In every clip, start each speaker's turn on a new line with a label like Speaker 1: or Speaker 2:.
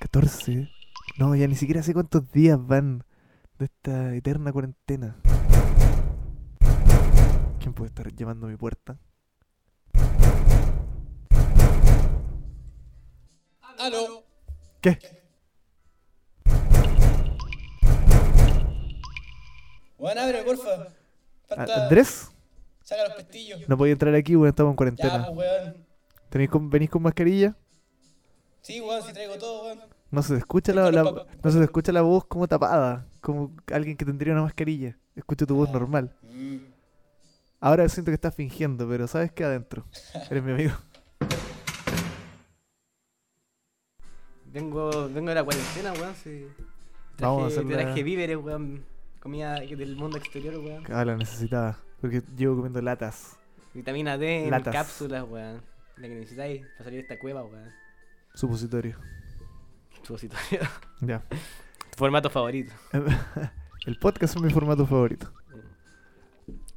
Speaker 1: 14. No, ya ni siquiera sé cuántos días van de esta eterna cuarentena. ¿Quién puede estar llamando a mi puerta?
Speaker 2: Aló.
Speaker 1: ¿Qué?
Speaker 2: Juan, abre, porfa.
Speaker 1: ¿A-
Speaker 2: Falta...
Speaker 1: Ah, ¿Andrés?
Speaker 2: Saca los pestillos.
Speaker 1: No podía entrar aquí, weón, estamos en
Speaker 2: ya,
Speaker 1: cuarentena.
Speaker 2: pues, weón.
Speaker 1: ¿Tenéis con, ¿Venís con mascarilla?
Speaker 2: Sí, weón, si traigo todo, weón.
Speaker 1: No se te escucha la, la- no se te escucha la voz como tapada, como alguien que tendría una mascarilla. Escucho tu voz normal.
Speaker 2: Mm.
Speaker 1: Ahora siento que estás fingiendo, pero sabes que adentro. Eres mi amigo.
Speaker 3: Vengo, vengo de la cuarentena, weón. Sí. Traje,
Speaker 1: Vamos a hacer la-
Speaker 3: traje víveres, weón. Comida del mundo exterior, weón.
Speaker 1: Ah, la necesitaba. Porque llevo comiendo latas.
Speaker 3: Vitamina D en
Speaker 1: Latas.
Speaker 3: cápsulas, weón. La que necesitáis para salir de esta cueva, weón.
Speaker 1: Supositorio.
Speaker 3: Supositorio.
Speaker 1: Ya.
Speaker 3: Formato favorito.
Speaker 1: El podcast es mi formato favorito.
Speaker 3: Mm.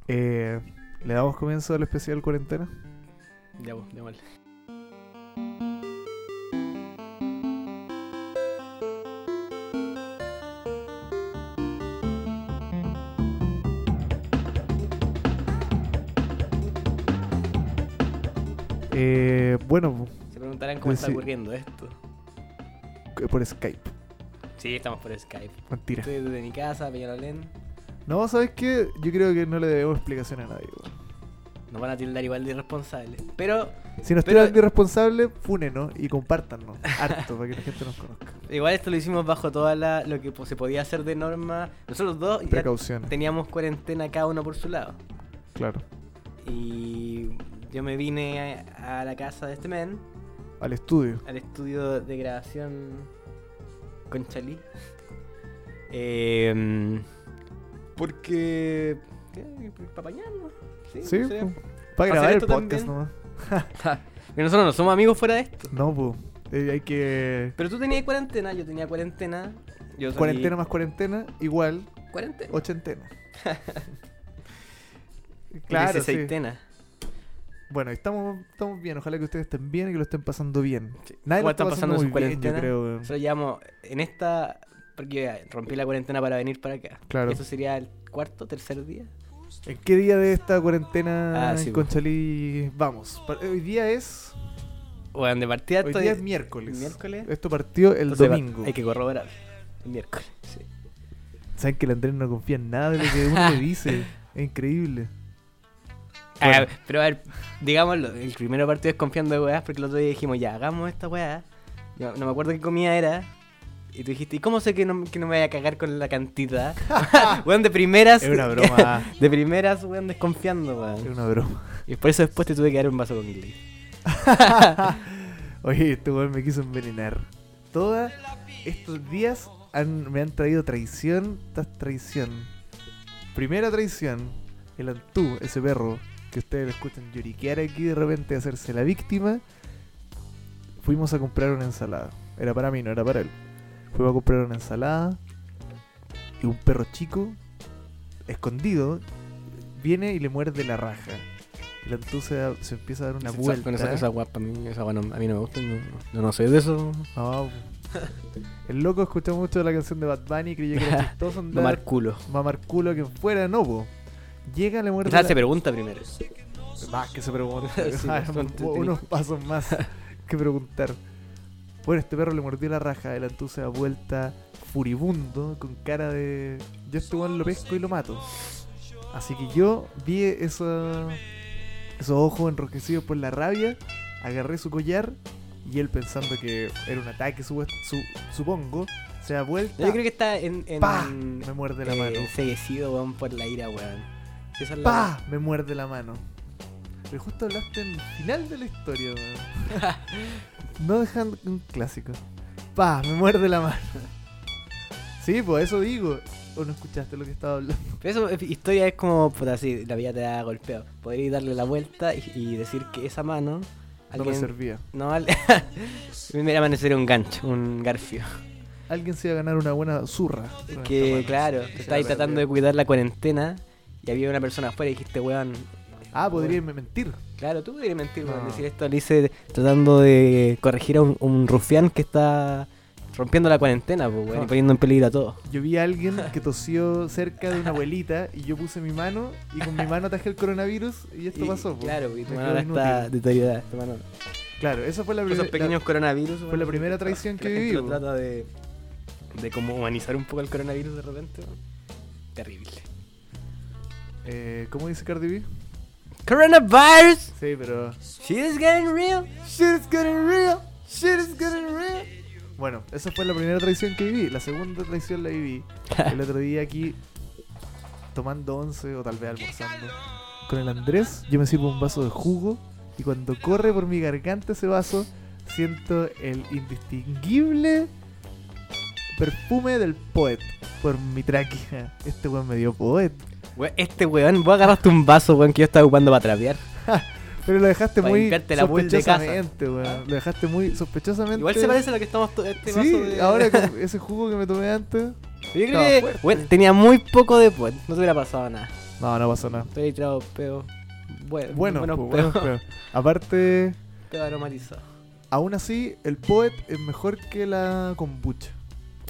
Speaker 1: Eh, ¿Le damos comienzo al especial cuarentena?
Speaker 3: Ya, pues, ya mal.
Speaker 1: Eh, bueno,
Speaker 3: Se preguntarán cómo está
Speaker 1: Sí.
Speaker 3: ocurriendo esto.
Speaker 1: c- eh, por Skype.
Speaker 3: Sí, estamos por Skype.
Speaker 1: Mentira.
Speaker 3: Estoy desde mi casa, Peñalolén.
Speaker 1: No, ¿sabes qué? Yo creo que no le debemos explicación a nadie. weón.
Speaker 3: Nos van a tildar igual de irresponsables. Pero
Speaker 1: Si nos
Speaker 3: Pero-
Speaker 1: tiran de irresponsable, fúnenos y compártanos. Harto, para que la gente nos conozca.
Speaker 3: igual esto lo hicimos bajo toda la, lo que po- se podía hacer de norma. Nosotros dos ya
Speaker 1: Precauciones,
Speaker 3: teníamos cuarentena cada uno por su lado.
Speaker 1: claro.
Speaker 3: Y yo me vine a, a la casa de este men,
Speaker 1: Al estudio.
Speaker 3: al estudio de grabación con Chalí. Eh, porque... Para apañarnos. Sí.
Speaker 1: ¿Sí?
Speaker 3: o sea,
Speaker 1: Para
Speaker 3: hacer
Speaker 1: grabar el
Speaker 3: esto
Speaker 1: podcast
Speaker 3: también.
Speaker 1: nomás.
Speaker 3: que nosotros no somos amigos fuera de esto.
Speaker 1: No, pues. hay que.
Speaker 3: Pero tú tenías cuarentena, yo tenía cuarentena. Yo salí-
Speaker 1: Cuarentena más cuarentena, igual
Speaker 3: Cuarentena.
Speaker 1: ochentena.
Speaker 3: Claro,
Speaker 1: claro, sí.
Speaker 3: sesentena.
Speaker 1: Bueno, estamos, estamos bien. Ojalá que ustedes estén bien y que lo estén pasando bien.
Speaker 3: Sí.
Speaker 1: Nadie lo
Speaker 3: ¿Cómo
Speaker 1: está
Speaker 3: están
Speaker 1: pasando,
Speaker 3: pasando su
Speaker 1: muy bien, yo
Speaker 3: cuarentena?
Speaker 1: creo. weón.
Speaker 3: Nosotros llevamos en esta... Porque yo rompí la cuarentena para venir para acá.
Speaker 1: Claro.
Speaker 3: Eso sería el cuarto, tercer día.
Speaker 1: ¿En qué día de esta cuarentena
Speaker 3: Ah,
Speaker 1: en
Speaker 3: sí, pues.
Speaker 1: Conchalí vamos? Pa- Hoy día es.
Speaker 3: Bueno, de partida
Speaker 1: Hoy
Speaker 3: estoy-
Speaker 1: día es miércoles.
Speaker 3: miércoles.
Speaker 1: Esto partió el
Speaker 3: Entonces, va-
Speaker 1: domingo.
Speaker 3: Hay que corroborar. El miércoles, sí.
Speaker 1: Saben que el Andrés no confía en nada de lo que uno le dice. Es increíble.
Speaker 3: Ah, pero a ver, digámoslo, el primero partido es confiando de weas, porque el otro día dijimos, ya, hagamos esta weá. Yo no me acuerdo qué comida era. Y tú dijiste, ¿y cómo sé que no, que no me voy a cagar con la cantidad? weón, de primeras.
Speaker 1: Es una broma.
Speaker 3: De primeras, weón, desconfiando,
Speaker 1: es
Speaker 3: weón.
Speaker 1: una broma.
Speaker 3: Y por eso después te tuve que dar un vaso con Gilly.
Speaker 1: Oye, este weón me quiso envenenar. Todos estos días han- me han traído traición tras traición. Primera traición, el Antú, ese perro que ustedes lo escuchan lloriquear aquí de repente, hacerse la víctima. Fuimos a comprar una ensalada. Era para mí, no era para él. Fuimos a comprar una ensalada y un perro chico, escondido, viene y le muerde la raja. El Antú se, da- se empieza a dar una vuelta.
Speaker 3: Con esa, esa wea, pa' mí, esa wea no- a mí no me gusta. No, no, no sé de eso.
Speaker 1: No, po. el loco escuchó mucho la canción de Bad Bunny y creyó que era chistoso
Speaker 3: No
Speaker 1: andar
Speaker 3: mar culo.
Speaker 1: mamar culo que fuera, no, po. Llega, le muerde
Speaker 3: Quizás se
Speaker 1: la...
Speaker 3: pregunta primero.
Speaker 1: Más que se pregunta.
Speaker 3: Pues Sí,
Speaker 1: Ah,
Speaker 3: son-
Speaker 1: unos pasos más que preguntar. Bueno, este perro le mordió la raja, el Antú se da vuelta furibundo, con cara de... Yo este weón lo pesco y lo mato. Así que yo vi esa- esos ojos enrojecidos por la rabia, agarré su collar y él pensando que era un ataque, supu- su- supongo, se da vuelta,
Speaker 3: Yo creo que está en. en
Speaker 1: ¡Pah! me muerde la
Speaker 3: eh,
Speaker 1: mano.
Speaker 3: enceguecido, weón, por la ira, weón. Si Esa es la-
Speaker 1: ¡Pah! Me muerde la mano. Pero justo hablaste en el final de la historia, weón. No dejan un clásico. ¡Pah! Me muerde la mano. Sí, pues eso digo. ¿O no escuchaste lo que estaba hablando?
Speaker 3: Pero eso, eh, historia es como, por así, la vida te da golpeado. Podrías darle la vuelta y, y decir que esa mano.
Speaker 1: No me
Speaker 3: Alguien,
Speaker 1: servía.
Speaker 3: no, al- me iba a amanecer un gancho, un garfio.
Speaker 1: Alguien se iba a ganar una buena zurra. con esta
Speaker 3: Que
Speaker 1: mano.
Speaker 3: claro, te
Speaker 1: Se
Speaker 3: estabas
Speaker 1: la
Speaker 3: tratando
Speaker 1: perdió.
Speaker 3: de cuidar la cuarentena y había una persona afuera y dijiste, weón.
Speaker 1: Ah, podría mentir.
Speaker 3: Claro, tú podrías mentir, weón.
Speaker 1: No.
Speaker 3: Decir esto lo hice tratando de corregir a un, un rufián que está Rompiendo la cuarentena, pues, weón,
Speaker 1: No.
Speaker 3: y poniendo en peligro a todos.
Speaker 1: Yo vi a alguien que tosió cerca de una abuelita y yo puse mi mano y con mi mano atajé el coronavirus y esto
Speaker 3: Y-
Speaker 1: pasó. po.
Speaker 3: Claro, y tu
Speaker 1: Me
Speaker 3: mano ahora
Speaker 1: quedé
Speaker 3: está
Speaker 1: inútil.
Speaker 3: deteriorada. tu mano-
Speaker 1: Claro, esa fue la
Speaker 3: Esos
Speaker 1: primera.
Speaker 3: pequeños coronavirus.
Speaker 1: fue
Speaker 3: weón,
Speaker 1: la primera traición que
Speaker 3: la gente
Speaker 1: viví,
Speaker 3: lo
Speaker 1: weón.
Speaker 3: trata de, de como humanizar un poco el coronavirus de repente. weón. Terrible.
Speaker 1: Eh, ¿Cómo dice Cardi B?
Speaker 3: Coronavirus.
Speaker 1: Sí, pero.
Speaker 3: Shit is getting real.
Speaker 1: Shit is getting real. Shit is getting real. Bueno, esa fue la primera traición que viví. La segunda traición la viví el otro día aquí tomando once o tal vez almorzando. Con el Andrés yo me sirvo un vaso de jugo y cuando corre por mi garganta ese vaso siento el indistinguible perfume del poet por mi tráquea. Este weón me dio poet.
Speaker 3: Weón, este weón, vos agarraste un vaso, weón, que yo estaba ocupando para trapear.
Speaker 1: Pero lo dejaste
Speaker 3: Pa'
Speaker 1: muy
Speaker 3: limpiarte la pool de casa.
Speaker 1: sospechosamente, weón. Lo dejaste muy sospechosamente.
Speaker 3: Igual se parece a lo que estamos. to- Este
Speaker 1: sí,
Speaker 3: vaso de...
Speaker 1: ahora con ese jugo que me tomé antes.
Speaker 3: Yo creo
Speaker 1: No,
Speaker 3: que-
Speaker 1: fuerte.
Speaker 3: bueno, tenía muy poco de pot, no te hubiera pasado nada.
Speaker 1: No, no pasó nada.
Speaker 3: Te hubiera tirado peo. Bueno,
Speaker 1: Bueno,
Speaker 3: buenos
Speaker 1: pues,
Speaker 3: peos,
Speaker 1: bueno, pero- Aparte,
Speaker 3: peo aromatizado.
Speaker 1: aún así, el poet es mejor que la kombucha.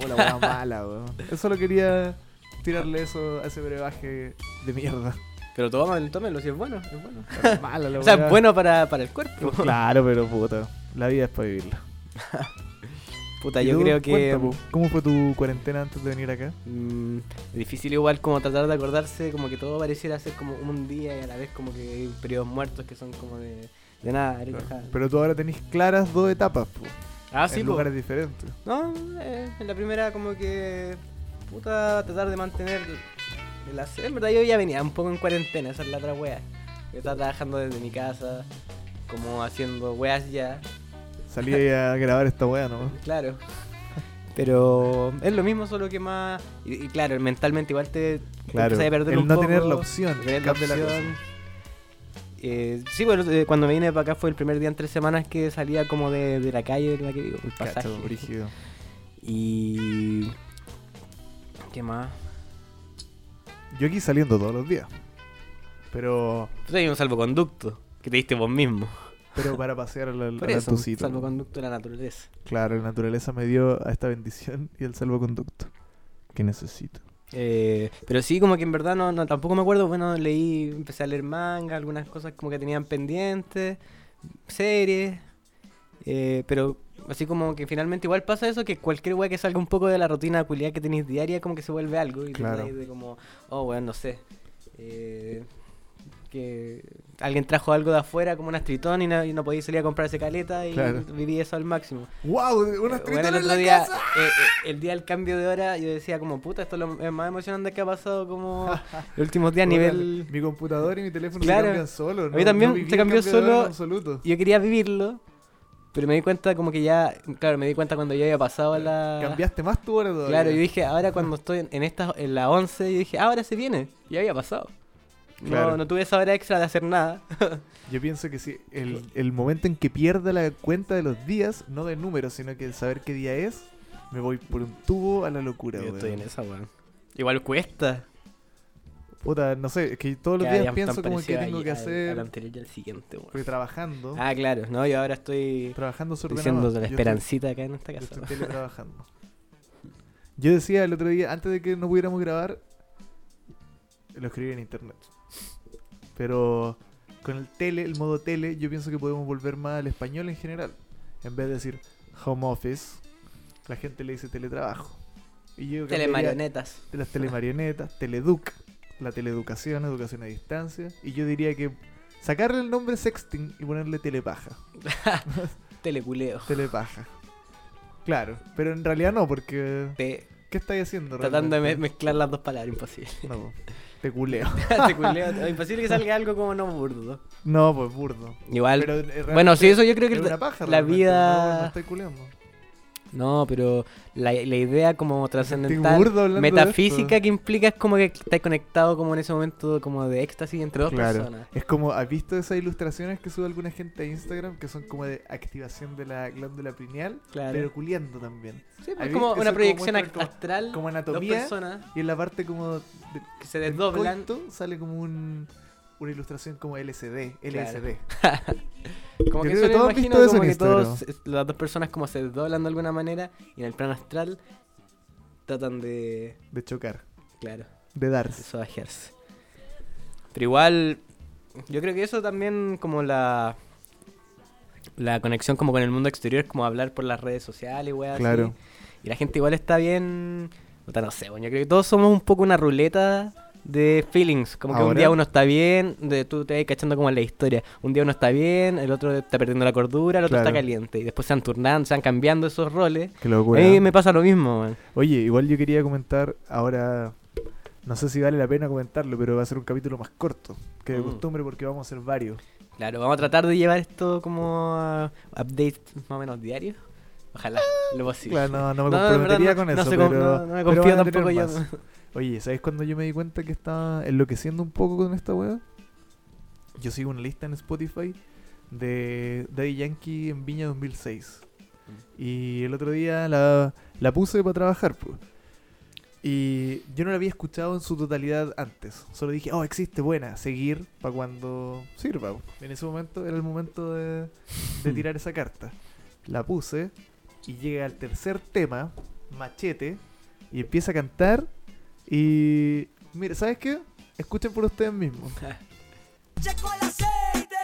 Speaker 1: O la hueá mala, weón. Eso lo quería tirarle eso a ese brebaje de mierda.
Speaker 3: Pero tómalo, tómelo, si es bueno, es bueno.
Speaker 1: Mala la
Speaker 3: O sea,
Speaker 1: hueá.
Speaker 3: es bueno para, para el cuerpo.
Speaker 1: Claro, pero puta. La vida es para vivirla.
Speaker 3: Puta,
Speaker 1: ¿Y
Speaker 3: yo
Speaker 1: tú?
Speaker 3: creo que
Speaker 1: Cuenta, pues. po, ¿Cómo fue tu cuarentena antes de venir acá?
Speaker 3: mm, difícil igual como tratar de acordarse, como que todo pareciera ser como un día y a la vez como que hay periodos muertos que son como de, de nada. de nada.
Speaker 1: Pero tú ahora tenés claras dos etapas, po,
Speaker 3: ah,
Speaker 1: en
Speaker 3: sí, po.
Speaker 1: lugares diferentes.
Speaker 3: No, eh, en la primera como que puta tratar de mantener la En verdad yo ya venía un poco en cuarentena, esa es la otra wea. Yo estaba trabajando desde mi casa, como haciendo weas ya,
Speaker 1: Salí ahí a grabar esta weá, ¿no?
Speaker 3: claro. Pero es lo mismo, solo que más... Y, y claro, mentalmente igual te... te empezás a perder
Speaker 1: el
Speaker 3: un
Speaker 1: no
Speaker 3: poco,
Speaker 1: tener la opción.
Speaker 3: tener la
Speaker 1: cambia la
Speaker 3: opción.
Speaker 1: cosa.
Speaker 3: Eh, sí, bueno, eh, cuando me vine para acá fue el primer día en tres semanas que salía como de, de la calle, de la que digo, el pasaje.
Speaker 1: Cacho, brígido.
Speaker 3: Y... ¿Qué más?
Speaker 1: Yo aquí saliendo todos los días. Pero
Speaker 3: Tú tenías Pues un salvoconducto que te diste vos mismo.
Speaker 1: pero para pasear a la, a
Speaker 3: Por
Speaker 1: la
Speaker 3: eso, un
Speaker 1: Tucito.
Speaker 3: salvoconducto de la naturaleza.
Speaker 1: Claro, la naturaleza me dio a esta bendición y el salvoconducto que necesito.
Speaker 3: Eh, pero sí, como que en verdad no, no tampoco me acuerdo. Bueno, leí, empecé a leer manga, algunas cosas como que tenían pendientes, series. eh, pero así como que finalmente igual pasa eso que cualquier weá que salga un poco de la rutina culiada que tenéis diaria, como que se vuelve algo. Y
Speaker 1: Claro.
Speaker 3: te traes de como, oh, weón, no sé. eh, que alguien trajo algo de afuera, como una tritón, y no, y no podía salir a comprarse caleta y
Speaker 1: Claro.
Speaker 3: viví eso al máximo.
Speaker 1: ¡Wow! ¡Unas tritonas
Speaker 3: Eh, bueno, el
Speaker 1: en
Speaker 3: otro
Speaker 1: la
Speaker 3: día,
Speaker 1: casa!
Speaker 3: eh, eh, el día del cambio de hora, yo decía como, puta, esto es lo es más emocionante que ha pasado como los últimos días a nivel...
Speaker 1: Mi computador y mi teléfono
Speaker 3: Claro.
Speaker 1: se cambian solo. ¿no?
Speaker 3: mí también
Speaker 1: No viví
Speaker 3: se cambió
Speaker 1: el cambio de
Speaker 3: solo.
Speaker 1: hora en absoluto.
Speaker 3: Yo quería vivirlo, pero me di cuenta como que ya, claro, me di cuenta cuando ya había pasado la...
Speaker 1: Cambiaste más tu hora todavía.
Speaker 3: Ah. Claro, yo dije, ahora cuando estoy en, en esta, en la 11, yo dije, ahora se viene, ya había pasado.
Speaker 1: Claro.
Speaker 3: No, no tuve esa hora extra de hacer nada.
Speaker 1: Yo pienso que sí, el, el momento en que pierda la cuenta de los días, no de números, sino que de saber qué día es, me voy por un tubo a la locura,
Speaker 3: yo estoy
Speaker 1: weón.
Speaker 3: en esa, weón. Igual cuesta.
Speaker 1: Puta, no sé, es que todos los
Speaker 3: Cada día
Speaker 1: días
Speaker 3: tan
Speaker 1: pienso como que
Speaker 3: parecido
Speaker 1: tengo
Speaker 3: al-
Speaker 1: que
Speaker 3: al-
Speaker 1: hacer.
Speaker 3: al anterior y al siguiente, weón.
Speaker 1: Porque trabajando,
Speaker 3: Ah, claro, no, yo ahora estoy
Speaker 1: trabajando sobre
Speaker 3: diciendo la esperancita acá en esta
Speaker 1: Yo
Speaker 3: casa.
Speaker 1: estoy teletrabajando. Yo decía el otro día, antes de que no pudiéramos grabar, lo escribí en internet. Pero con el tele, el modo tele, yo pienso que podemos volver más al español en general. En vez de decir home office, la gente le dice teletrabajo. Y yo cambiaría
Speaker 3: Telemarionetas.
Speaker 1: de las telemarionetas, teleduc, la teleeducación, educación a distancia. Y yo diría que sacarle el nombre sexting y ponerle telepaja.
Speaker 3: Teleculeo.
Speaker 1: Telepaja. Claro, pero en realidad no, porque...
Speaker 3: Te,
Speaker 1: ¿Qué estáis haciendo?
Speaker 3: tratando de me-
Speaker 1: realmente?
Speaker 3: mezclar las dos palabras, imposible.
Speaker 1: No, po. te culeo.
Speaker 3: Teleculeo, imposible que salga algo como no burdo.
Speaker 1: No, pues burdo.
Speaker 3: Igual.
Speaker 1: Pero, eh, realmente
Speaker 3: bueno, sí, eso yo creo
Speaker 1: es
Speaker 3: que
Speaker 1: una paja,
Speaker 3: la
Speaker 1: realmente,
Speaker 3: vida-
Speaker 1: No, no estoy culeando.
Speaker 3: No, pero la, la idea como
Speaker 1: burdo hablando
Speaker 3: trascendental,
Speaker 1: de
Speaker 3: metafísica
Speaker 1: esto.
Speaker 3: que implica es como que estás conectado como en ese momento como de éxtasis entre dos personas.
Speaker 1: Es como, ¿has visto esas ilustraciones que sube alguna gente a Instagram que son como de activación de la glándula pineal?
Speaker 3: Claro.
Speaker 1: Pero culeando también.
Speaker 3: Sí,
Speaker 1: ¿Has
Speaker 3: es como
Speaker 1: visto
Speaker 3: una
Speaker 1: eso
Speaker 3: proyección
Speaker 1: muestran como-
Speaker 3: astral,
Speaker 1: como
Speaker 3: dos
Speaker 1: anatomía.
Speaker 3: personas
Speaker 1: Y en la parte como de-
Speaker 3: que se
Speaker 1: del
Speaker 3: desdoblan.
Speaker 1: coito sale como un, una ilustración como LCD. LSD.
Speaker 3: Como
Speaker 1: Yo
Speaker 3: que
Speaker 1: creo
Speaker 3: eso
Speaker 1: que todos han
Speaker 3: lo imagino
Speaker 1: visto eso
Speaker 3: como
Speaker 1: en
Speaker 3: que
Speaker 1: Instagram.
Speaker 3: todos, eh, las dos personas como se doblan de alguna manera y en el plano astral tratan de,
Speaker 1: De chocar,
Speaker 3: claro,
Speaker 1: de
Speaker 3: de
Speaker 1: darse.
Speaker 3: sobajearse. Pero igual, yo creo que eso también como la la conexión como con el mundo exterior es como hablar por las redes sociales, weá, así.
Speaker 1: Claro.
Speaker 3: Y la gente igual está bien, puta, no sé, weón, yo creo que todos somos un poco una ruleta de feelings, como que un
Speaker 1: Ahora.
Speaker 3: día uno está bien, de, tú te vas cachando como en la historia, un día uno está bien, el otro está perdiendo la cordura, el otro
Speaker 1: Claro.
Speaker 3: está caliente, y después se van turnando, se van cambiando esos roles.
Speaker 1: Qué
Speaker 3: A
Speaker 1: locura.
Speaker 3: mí me pasa lo mismo, weón.
Speaker 1: Oye, igual yo quería comentar ahora. No sé si vale la pena comentarlo, pero va a ser un capítulo más corto que de
Speaker 3: Mm.
Speaker 1: costumbre porque vamos a hacer varios.
Speaker 3: Claro, vamos a tratar de llevar esto como a updates más o menos diarios. Ojalá, lo posible.
Speaker 1: Ah, Claro, no, no me
Speaker 3: No, en verdad,
Speaker 1: comprometería
Speaker 3: no-
Speaker 1: con
Speaker 3: no
Speaker 1: eso,
Speaker 3: sé
Speaker 1: pero,
Speaker 3: cómo- no- no me
Speaker 1: pero
Speaker 3: confío
Speaker 1: van a tener
Speaker 3: tampoco yo.
Speaker 1: más. Oye, ¿sabes cuando yo me di cuenta que estaba enloqueciendo un poco con esta weá? Yo sigo una lista en Spotify de Daddy Yankee en Viña 2006. Y el otro día la, la puse para trabajar, pues. Y yo no la había escuchado en su totalidad antes. Solo dije, oh, existe, buena, seguir para cuando sirva. po". En ese momento era el momento de, de tirar esa carta. La puse y llega al tercer tema, Machete, y empieza a cantar. Y. Mira, ¿sabes qué? Escuchen por ustedes mismos.
Speaker 4: Checo el aceite.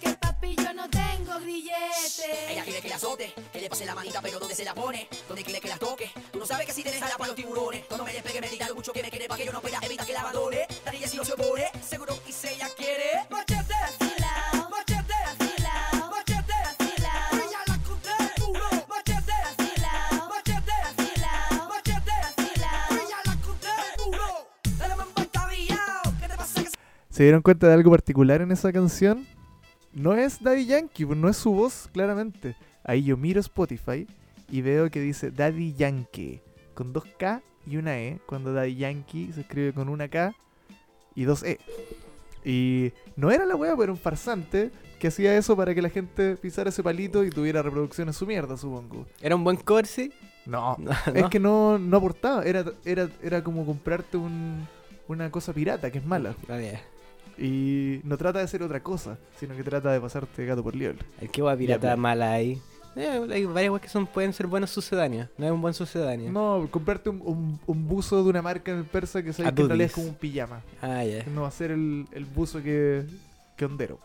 Speaker 4: Que papi, yo no tengo billete.
Speaker 5: Ella quiere que la azote, que le pase la manita, pero donde se la pone, donde quiere que la toque. Tú no sabes que si te jala para los tiburones, cuando me despegue, me diga lo mucho que me quiere, para que yo no pueda evitar que la abandone. La niña si no se opone, seguro que si ella quiere. Machete,
Speaker 4: Afilao,
Speaker 5: machete,
Speaker 4: afilao,
Speaker 5: machete,
Speaker 4: afilao,
Speaker 5: ella la conté duro. Machete,
Speaker 4: afilao,
Speaker 5: machete,
Speaker 4: afilao,
Speaker 5: machete,
Speaker 4: afilao.
Speaker 5: ella la conté duro. Dale mamá está villao, ¿qué te pasa que
Speaker 1: ¿Se dieron cuenta de algo particular en esa canción? No es Daddy Yankee, pues, no es su voz, claramente. Ahí yo miro Spotify y veo que dice Daddy Yankee, con dos K y una E, cuando Daddy Yankee se escribe con una K y dos E. Y no era la wea, pero era un farsante que hacía eso para que la gente pisara ese palito y tuviera reproducciones su mierda, supongo.
Speaker 3: Era un buen corse.
Speaker 1: No,
Speaker 3: ¿no?
Speaker 1: es que no, no aportaba, era, era, era como comprarte un- una cosa pirata que es mala.
Speaker 3: Ah, ya.
Speaker 1: Y no trata de hacer otra cosa, sino que trata de pasarte gato por liebre.
Speaker 3: Ay, Qué guay
Speaker 1: Ya,
Speaker 3: pirata
Speaker 1: pero-
Speaker 3: mala ahí. Eh, hay varias weas que son, pueden ser buenos sucedáneos. No es un buen sucedáneo.
Speaker 1: No, comprarte un, un- un buzo de una marca en el persa que sabes que en
Speaker 3: Adonis.
Speaker 1: realidad es como un pijama.
Speaker 3: Ah, ya.
Speaker 1: No va a ser el, el buzo que, que ondero.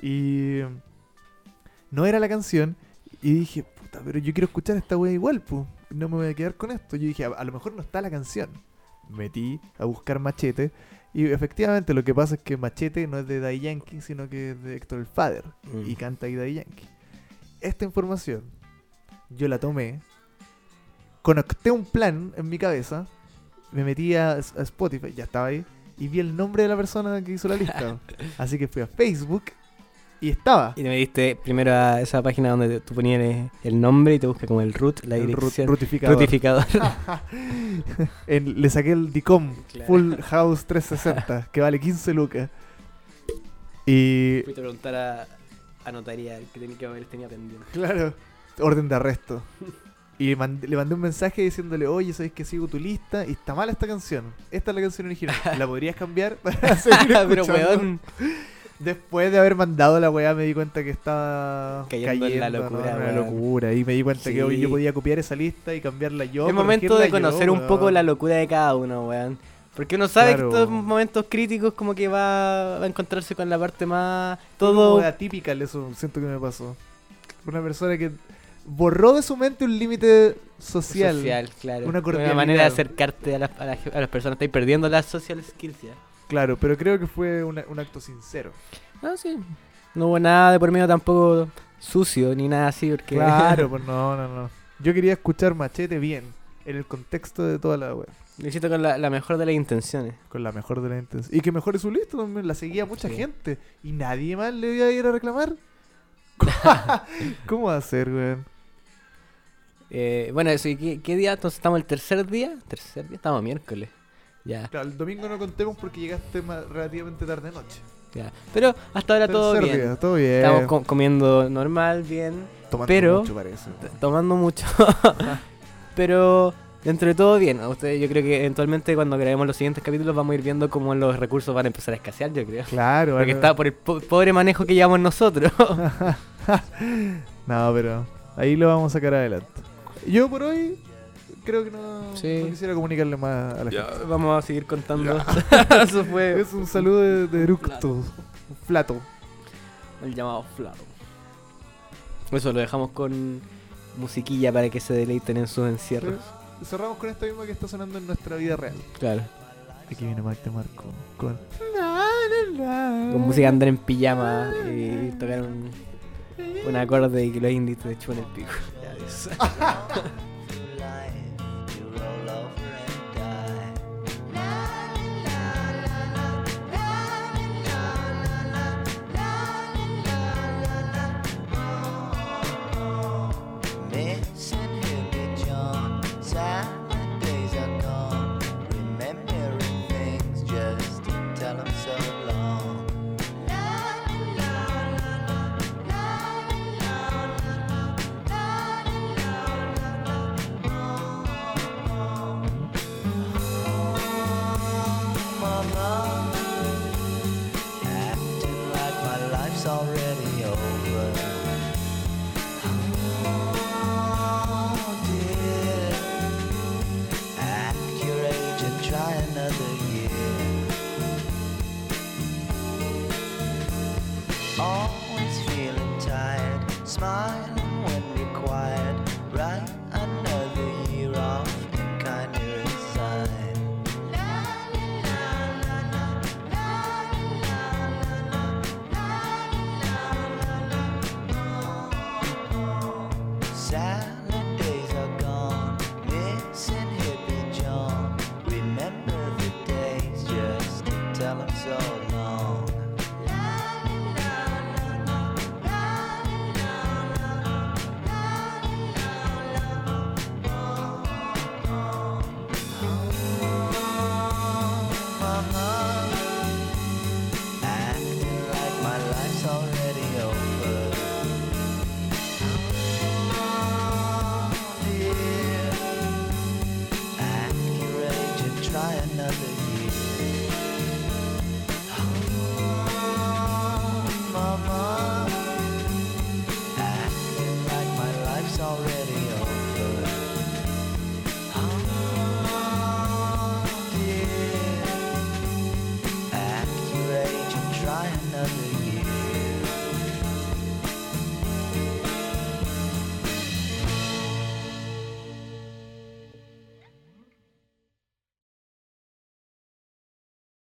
Speaker 1: Y no era la canción. Y dije, puta, pero yo quiero escuchar esta wea igual, pu. No me voy a quedar con esto. Yo dije, a, a lo mejor no está la canción. Metí a buscar Machete. Y efectivamente lo que pasa es que Machete no es de Daddy Yankee, sino que es de Héctor el Father.
Speaker 3: Mm.
Speaker 1: y canta ahí Daddy Yankee. Esta información yo la tomé, conecté un plan en mi cabeza, me metí a, a Spotify, ya estaba ahí, y vi el nombre de la persona que hizo la lista. Así que fui a Facebook y estaba.
Speaker 3: Y te metiste primero a esa página donde te- tú ponías eh, el nombre y te busca como el root, la
Speaker 1: el ru-
Speaker 3: dirección.
Speaker 1: rutificador.
Speaker 3: Rutificador.
Speaker 1: En- le saqué el DICOM
Speaker 3: Claro.
Speaker 1: Full House 360, que vale 15 lucas. Y
Speaker 3: Fuiste a preguntar a, a notaría que tenía que haber tenía pendiente.
Speaker 1: Claro. Orden de arresto. Y le mandé, le mandé un mensaje diciéndole, oye, ¿sabes que sigo tu lista? Y está mala esta canción. Esta es la canción original. ¿La podrías cambiar para seguir
Speaker 3: Pero
Speaker 1: escuchando?".
Speaker 3: weón,
Speaker 1: Después de haber mandado la weá me di cuenta que estaba
Speaker 3: Cayendo en la locura,
Speaker 1: ¿no? En la
Speaker 3: weón.
Speaker 1: locura. Y me di cuenta
Speaker 3: Sí.
Speaker 1: que hoy yo podía copiar esa lista y cambiarla yo.
Speaker 3: es momento
Speaker 1: corregirla
Speaker 3: de
Speaker 1: yo,
Speaker 3: conocer un poco
Speaker 1: weón.
Speaker 3: la locura de cada uno, weón. Porque uno sabe
Speaker 1: Claro.
Speaker 3: que estos momentos críticos como que va, va a encontrarse con la parte más...
Speaker 1: Como
Speaker 3: Todo...
Speaker 1: atípica eso siento que me pasó. Una persona que borró de su mente un límite social.
Speaker 3: claro.
Speaker 1: Una cordialidad.
Speaker 3: Una manera de acercarte a las, a las- a las personas. Estáis perdiendo las social skills ya.
Speaker 1: Claro, pero creo que fue una- un acto sincero.
Speaker 3: No, sí. No hubo nada de por medio tampoco sucio ni nada así porque...
Speaker 1: Claro, pues no, no, no. Yo quería escuchar Machete bien, en el contexto de toda la web,
Speaker 3: Lo hiciste con la, la mejor de las intenciones.
Speaker 1: con la mejor de las intenciones. Y que mejore su lista también, la seguía mucha
Speaker 3: Sí.
Speaker 1: gente. Y nadie más le iba a ir a reclamar. ¿Cómo va a ser, weón?
Speaker 3: Eh, bueno, eso, ¿y qué, qué día? Entonces estamos el tercer día. ¿Tercer día? Estamos miércoles. Ya,
Speaker 1: Claro, el domingo no contemos porque llegaste ma- relativamente tarde noche.
Speaker 3: ya. Pero hasta ahora todo
Speaker 1: Tercer
Speaker 3: bien.
Speaker 1: día, todo bien.
Speaker 3: Estamos co- comiendo normal, bien,
Speaker 1: Tomando
Speaker 3: pero-
Speaker 1: mucho, parece.
Speaker 3: t- tomando mucho. Pero dentro de todo bien. Ustedes, yo creo que eventualmente cuando grabemos los siguientes capítulos vamos a ir viendo cómo los recursos van a empezar a escasear, yo creo.
Speaker 1: Claro,
Speaker 3: Porque
Speaker 1: ahora-
Speaker 3: está por el po- pobre manejo que llevamos nosotros.
Speaker 1: No, pero ahí lo vamos a sacar adelante. Yo por hoy creo que no,
Speaker 3: Sí.
Speaker 1: no quisiera comunicarle más a la
Speaker 6: Ya.
Speaker 1: gente.
Speaker 3: Vamos a seguir contando. Eso fue
Speaker 1: Es un saludo de, de eructo. Flato.
Speaker 3: el llamado Flaro. Eso lo dejamos con musiquilla para que se deleiten en sus encierros.
Speaker 1: Cerramos con esto mismo que está sonando en nuestra vida real.
Speaker 3: Claro.
Speaker 1: Aquí viene Mac de Marco con...
Speaker 3: Con música andar en pijama y tocar un, un acorde y que los indies te chupen el pico.
Speaker 7: Missing Hilly John. Sad days are gone. Remembering things just to tell 'em so long. Mama, acting like my life's already over. Oh dear, act your age and try another year. Always feeling tired, smiling when required. Right another year off and kindly resign. Salad days are gone, missing hippie John. Remember the days just to tell 'em so long. Acting like my life's already